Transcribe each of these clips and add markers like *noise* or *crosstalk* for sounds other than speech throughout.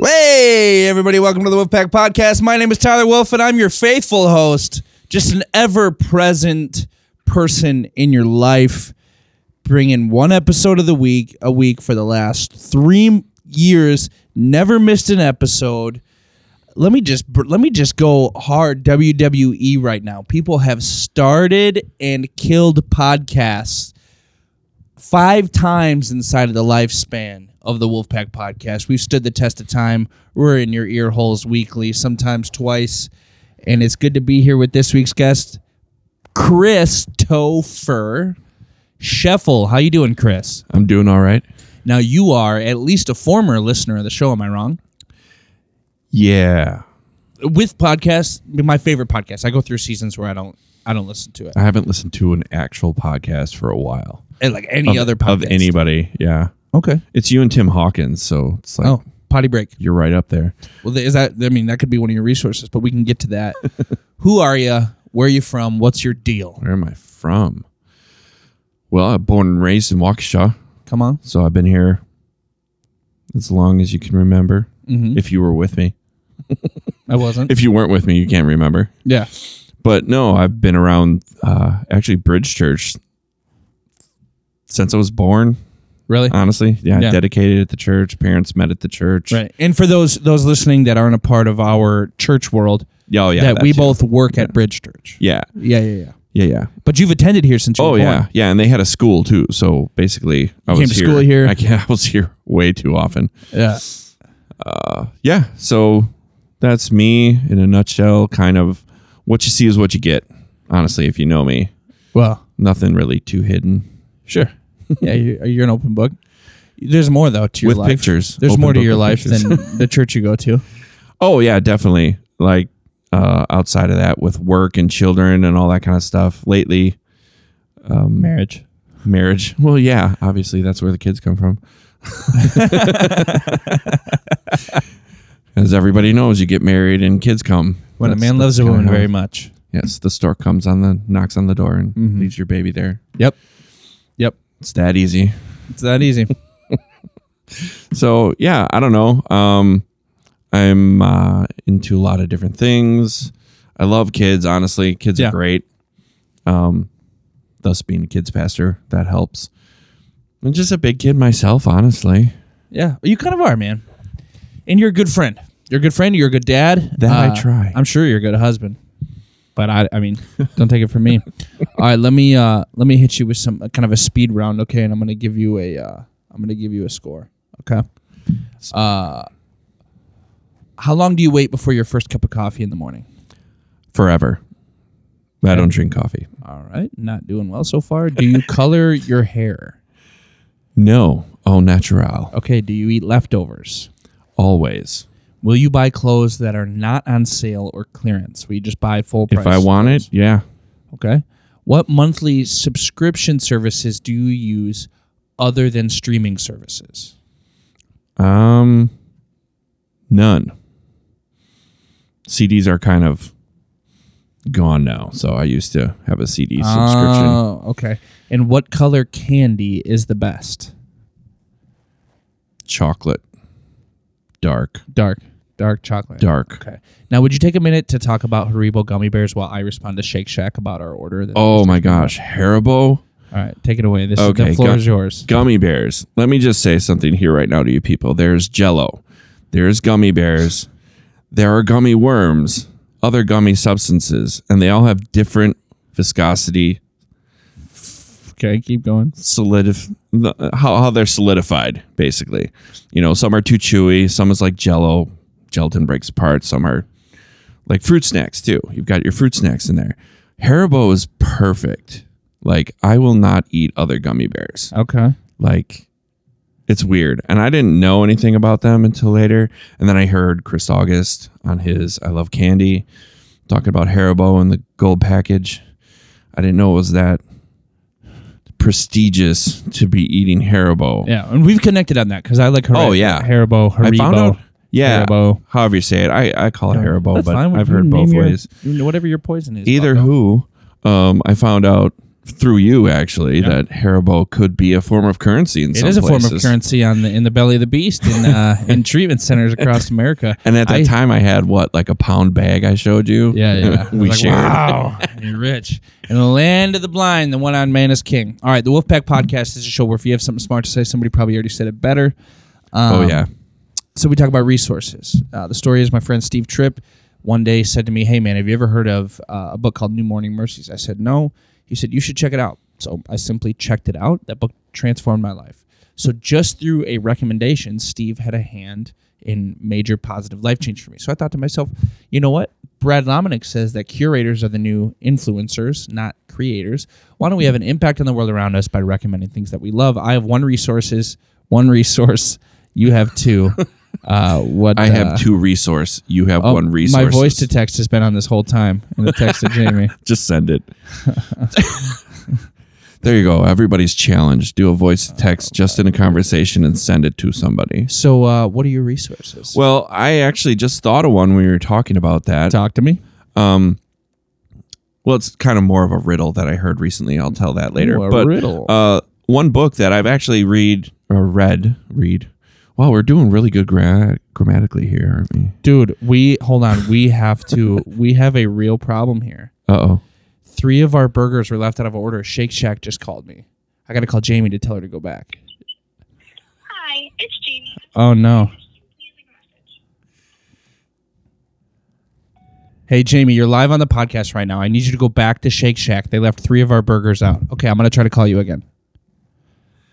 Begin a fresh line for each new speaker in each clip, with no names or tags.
Hey, everybody, welcome to the Wolfpack Podcast. My name is Tyler Wolf, and I'm your faithful host, just an ever present person in your life, bringing one episode of the week, a week for the last three years, never missed an episode. Let me just br- let me just go hard WWE right now. People have started and killed podcasts five times inside of the lifespan of the Wolfpack podcast. We've stood the test of time. We're in your ear holes weekly, sometimes twice. And it's good to be here with this week's guest, Chris Topher Scheffel. How you doing, Chris?
I'm doing all right.
Now you are at least a former listener of the show, am I wrong?
Yeah.
With podcasts, my favorite podcast. I go through seasons where I don't I don't listen to it.
I haven't listened to an actual podcast for a while.
And like any
Of-
other podcast.
Of anybody. Yeah.
Okay.
It's you and Tim Hawkins. So it's like,
Oh, potty break.
you're right up there.
Well, is that? I mean, that could be one of your resources, but we can get to *laughs* that. Who are you? Where are you from? What's your deal?
Where am I from? Well, I'm born and raised in Waukesha.
Come on.
So I've been here as long as you can remember.
Mhm.
If you were with me,
I wasn't.
if you weren't with me, you can't remember.
yeah.
But no, I've been around uh, actually Bridge Church since I was born.
Really.
Honestly, yeah,
Yeah.
dedicated at the church. Parents met at the church.
Right. And for those those listening that aren't a part of our church world,
Yeah, Oh yeah,
that we
too.
both work at Bridge Church.
Yeah,
Yeah, yeah, yeah.
yeah, yeah.
But you've attended here since you
Oh
were
yeah,
born.
yeah. And they had a school too. So basically, I
You
was
came to
here.
school here?
*laughs* I, can't, I was here way too often.
Yeah.
Yeah. So that's me in a nutshell. Kind of what you see is what you get. Honestly, if you know me,
Well,
nothing really too hidden.
sure. yeah, you're, you're an open book. There's more though to your
With
life.
pictures.
There's
Open
more to
book
your
with
life
pictures.
than the church you go
*laughs*
to.
Oh yeah, definitely. Like uh, outside of that, with work and children and all that kind of stuff. Lately,
Marriage.
marriage. Well, yeah, obviously that's where the kids come from. As everybody knows, you get married and kids come.
When
That's-
a man
that's
loves a
kinda
woman
how-
very much.
Yes, the store comes on the knocks on the door and
Mm-hmm.
leaves your baby there.
Yep. Yep.
It's that easy.
It's that easy.
So yeah, I don't know. Um, I'm uh, into a lot of different things. I love kids. Honestly, kids
Yeah.
are great. Um, thus being a kids pastor that helps. I'm just a big kid myself, honestly.
Yeah, you kind of are, man. And you're a good friend. You're a good friend. You're a good dad. Uh,
That I try.
I'm sure you're a good husband. But I, I mean, *laughs* don't take it from
*laughs*
me. All right, let me, uh, let me hit you with some uh, kind of a speed round, okay? And I'm gonna give you a, uh, I'm gonna give you a score, okay? Uh, how long do you wait before your first cup of coffee in the morning?
forever. I don't drink coffee.
All right, not doing well so far. Do
*laughs*
you color your hair?
No, all natural,
Okay. Do you eat leftovers?
always.
Will you buy clothes that are not on sale or clearance? Will you just buy full price?
If I want it, yeah.
Okay. What monthly subscription services do you use other than streaming services?
Um, none. CDs are kind of gone now, so I used to have a CD
Uh,
subscription.
Oh, okay. And what color candy is the best?
Chocolate, dark,
Dark. Dark chocolate.
dark.
Okay. Now, would you take a minute to talk about Haribo gummy bears while I respond to Shake Shack about our order? that-
Oh my gosh, Haribo
All right. Take it away. This
Okay,
the floor
gu-
is yours.
gummy bears. Let me just say something here right now to you people. There's Jello, there's gummy bears, there are gummy worms, other gummy substances, and they all have different viscosity
Okay. Keep going.
solidif- the- how, how they're solidified basically you know some are too chewy some is like jello gelatin breaks apart some are like fruit snacks too you've got your fruit snacks in there haribo is perfect like i will not eat other gummy bears
Okay.
like it's weird and i didn't know anything about them until later and then i heard chris august on his i love candy talking about haribo and the gold package i didn't know it was that prestigious to be eating haribo
Yeah. And we've connected on that because I like Har-
Oh, yeah.
Haribo, Haribo.
i found out yeah
Haribo.
however you say it i, I call it haribo
That's
but
fine.
i've
You
heard
name
both
your-
ways
you know, Whatever your poison is.
either
Bucko.
who um, i found out through you actually that Haribo could be a form of currency in
It
some
is a form of
places.
currency on the in the belly of the beast in uh,
*laughs*
in treatment centers across America.
And at that
I-
time, I had what like a pound bag I showed you.
Yeah,
*laughs*
yeah.
we
Like,
shared.
Wow, you're rich. In the land of the blind, the one on man is king. All right, the Wolfpack Podcast is a show where if you have something smart to say, somebody probably already said it better. Um,
Oh yeah,
So we talk about resources. Uh, the story is my friend Steve Tripp one day said to me, "Hey man, have you ever heard of uh, a book called New Morning Mercies?" I said, "No." He said, "You should check it out." So I simply checked it out. That book transformed my life. So just through a recommendation, Steve had a hand in major positive life change for me. So I thought to myself, you know what? Brad Lominick says that curators are the new influencers, not creators. Why don't we have an impact on the world around us by recommending things that we love? I have one resources, one resource. You have two. Uh, what
I
uh,
have two resource. You have
oh,
one resource.
My voice to text has been on this whole time, and the text
*laughs*
to Jamie.
just send it. *laughs* there you go. Everybody's challenged. Do a voice to text just in a conversation and send it to somebody.
So, uh, what are your resources?
Well, I actually just thought of one when we were talking about that.
Talk to me.
Um, well, it's kind of more of a riddle that I heard recently. I'll tell that later.
Ooh, a
but
riddle.
Uh, one book that I've actually read or read read. Wow, we're doing really good gra- grammatically here, aren't we?
Dude, we hold on. We have to. we have a real problem here.
Uh oh.
Three of our burgers were left out of order. Shake Shack just called me. I got to call Jamie to tell her to go back.
Hi, it's Jamie.
Oh no. Hey Jamie, you're live on the podcast right now. I need you to go back to Shake Shack. They left three of our burgers out. Okay, I'm gonna try to call you again.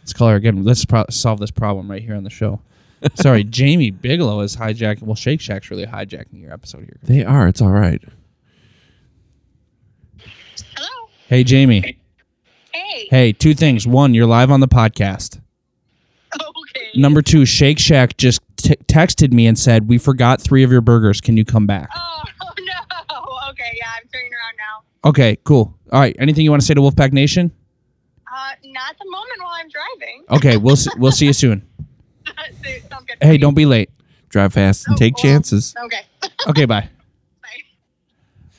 Let's call her again. Let's pro- solve this problem right here on the show. Sorry, Jamie Bigelow is hijacking. Well, Shake Shack's really hijacking your episode here.
They are. It's all right.
Hello.
Hey Jamie. *laughs*
Hey.
Hey, two things. One, you're live on the podcast.
Okay.
Number two, Shake Shack just t- texted me and said we forgot three of your burgers. Can you come back?
Oh *laughs* no. Okay. Yeah, I'm turning around now.
Okay, cool. All right. Anything you want to say to Wolfpack Nation?
Uh, not the moment while I'm driving.
Okay, we'll see, we'll see you soon.
*laughs* So- Sounds good.
Hey, don't be late.
Drive fast and
Oh,
take
well.
chances.
Okay.
Okay, bye.
Bye.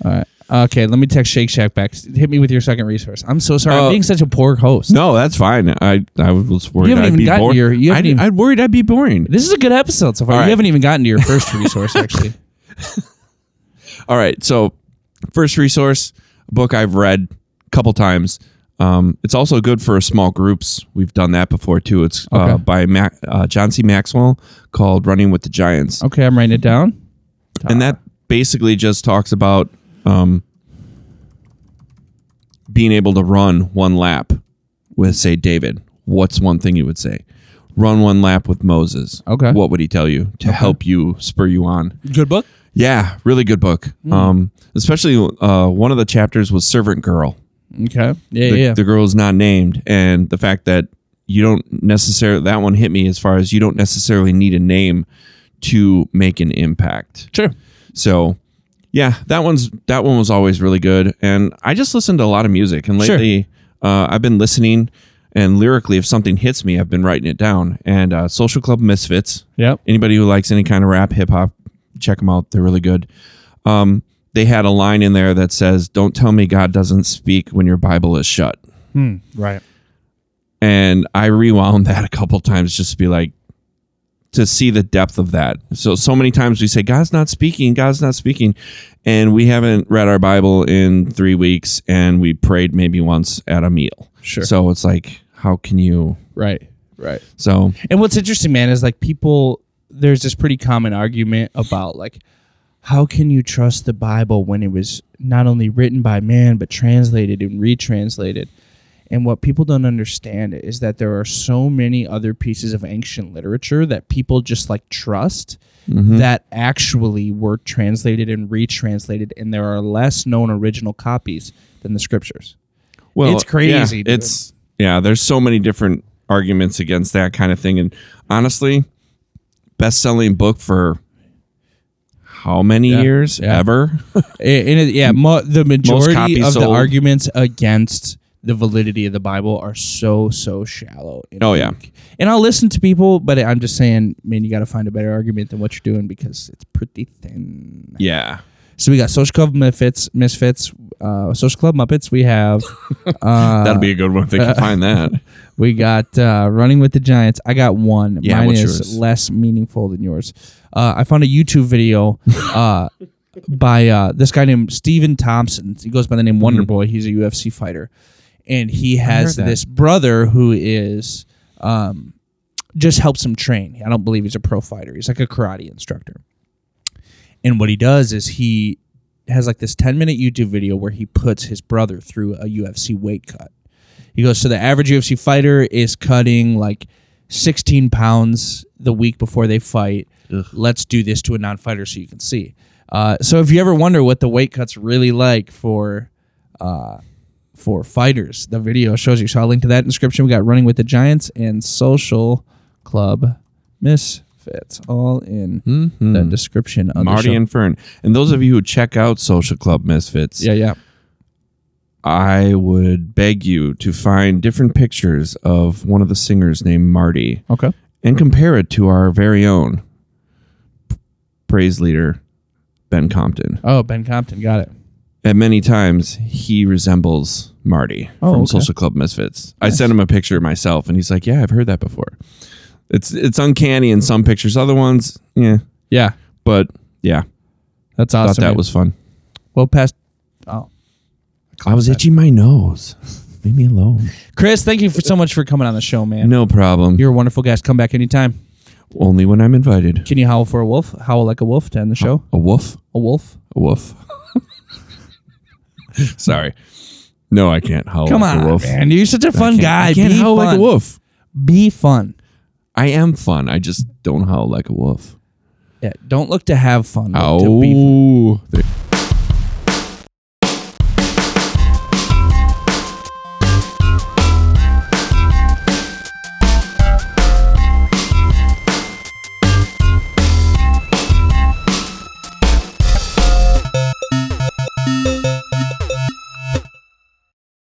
All right. Okay, let me text Shake Shack back. Hit me with your second resource. I'm so sorry. I'm
Uh,
being such a poor host.
No, that's fine. I I was worried
haven't
I'd
even
be
gotten
boring.
your- you
I,
haven't even-
I worried I'd be boring.
This is a good episode so far.
All
You
right.
haven't even gotten to your first resource, actually.
*laughs* All right. So, first resource book I've read a couple times. Um, it's also good for small groups. We've done that before too. It's uh,
Okay.
by Mac, uh, John C. Maxwell called "Running with the Giants,"
Okay, I'm writing it down.
and that basically just talks about um, being able to run one lap with, say, David. What's one thing you would say? Run one lap with Moses.
Okay.
What would he tell you to help you spur you on?
Good book.
Yeah, really good book.
Mm.
Um, especially uh, one of the chapters was Servant Girl.
Okay. Yeah,
The,
yeah. yeah.
the girl is not named, and the fact that you don't necessarily that one hit me as far as you don't necessarily need a name to make an impact.
Sure.
So, yeah, that one's that one was always really good, and I just listened to a lot of music, and
Sure.
lately uh, I've been listening. And lyrically, if something hits me, I've been writing it down. And uh, Social Club Misfits,
Yep.
anybody who likes any kind of rap, hip hop, check them out. They're really good. Um, they had a line in there that says, "Don't tell me God doesn't speak when your Bible is shut."
Hmm. Right.
And I rewound *laughs* that a couple times just to be like, to see the depth of that. So so many times we say God's not speaking, God's not speaking, and we haven't read our Bible in three weeks, and we prayed maybe once at a meal.
Sure.
So it's like, how can you?
Right. Right.
So
And what's interesting, man, is like people, there's this pretty common argument about like, how can you trust the Bible when it was not only written by man, but translated and retranslated? And what people don't understand is that there are so many other pieces of ancient literature that people just like trust that actually were translated and retranslated, and there are less known original copies than the scriptures.
Well,
It's crazy,
yeah,
dude.
it's yeah. There's so many different arguments against that kind of thing, and honestly, best-selling book for how many
Yeah,
years
yeah. *laughs*
ever?
A- And it, yeah, mo- the majority
copies
of the
sold.
arguments against the validity of the Bible are so so shallow. and
Oh, yeah.
weak. and I'll listen to people, but I'm just saying, man, you got to find a better argument than what you're doing because it's pretty thin.
yeah,
So we got Social Club Misfits, Misfits, uh, Social Club Muppets. We have *laughs* uh,
That'll be a good one if they can find that.
*laughs* we got uh, Running with the Giants. I got one.
Yeah,
Mine
what's
is
yours?
less meaningful than yours. Uh, I found a YouTube
*laughs*
video uh, by uh, this guy named Steven Thompson. He goes by the name Wonder Boy. He's a UFC fighter, and he has
Mm-hmm. heard that.
this brother who is um, just helps him train. I don't believe he's a pro fighter. He's like a karate instructor. And what he does is he has like this 10 minute YouTube video where he puts his brother through a UFC weight cut. He goes, So the average UFC fighter is cutting like 16 pounds the week before they fight. Let's do this to a non fighter so you can see. Uh, so if you ever wonder what the weight cut's really like for. Uh, for fighters, the video shows you. So I'll link to that in the description. We got Running with the Giants and Social Club Misfits all in
Mhm.
the description of the
Marty
show.
and Fern. And those of you who check out Social Club Misfits,
yeah, yeah.
I would beg you to find different pictures of one of the singers named Marty
Okay.
and compare it to our very own praise leader, Ben Compton.
Oh, Ben Compton, got it.
At many times, he resembles Marty
Oh,
from
okay.
Social Club Misfits. I sent him a picture myself, and he's like, "Yeah, I've heard that before." It's it's uncanny in some pictures, other ones, yeah.
Yeah,
But yeah,
that's
thought
awesome.
that
man.
was fun.
well past. Oh,
I was itching my nose. Leave me alone.
Chris, thank you for so much for coming on the show, man.
No problem.
You're a wonderful guest. Come back anytime.
Only when I'm invited.
Can you howl for a wolf? Howl like a wolf to end the show.
A wolf.
A wolf.
A wolf. *laughs* Sorry. No, I can't howl
Come
like
on,
a wolf.
man. You're such a
I
fun
can't-
guy.
I can't
Be
howl
fun.
like a wolf.
Be fun.
I am fun. I just don't howl like a wolf.
Yeah. Don't look to have fun. Look to be fun.
Ow. There-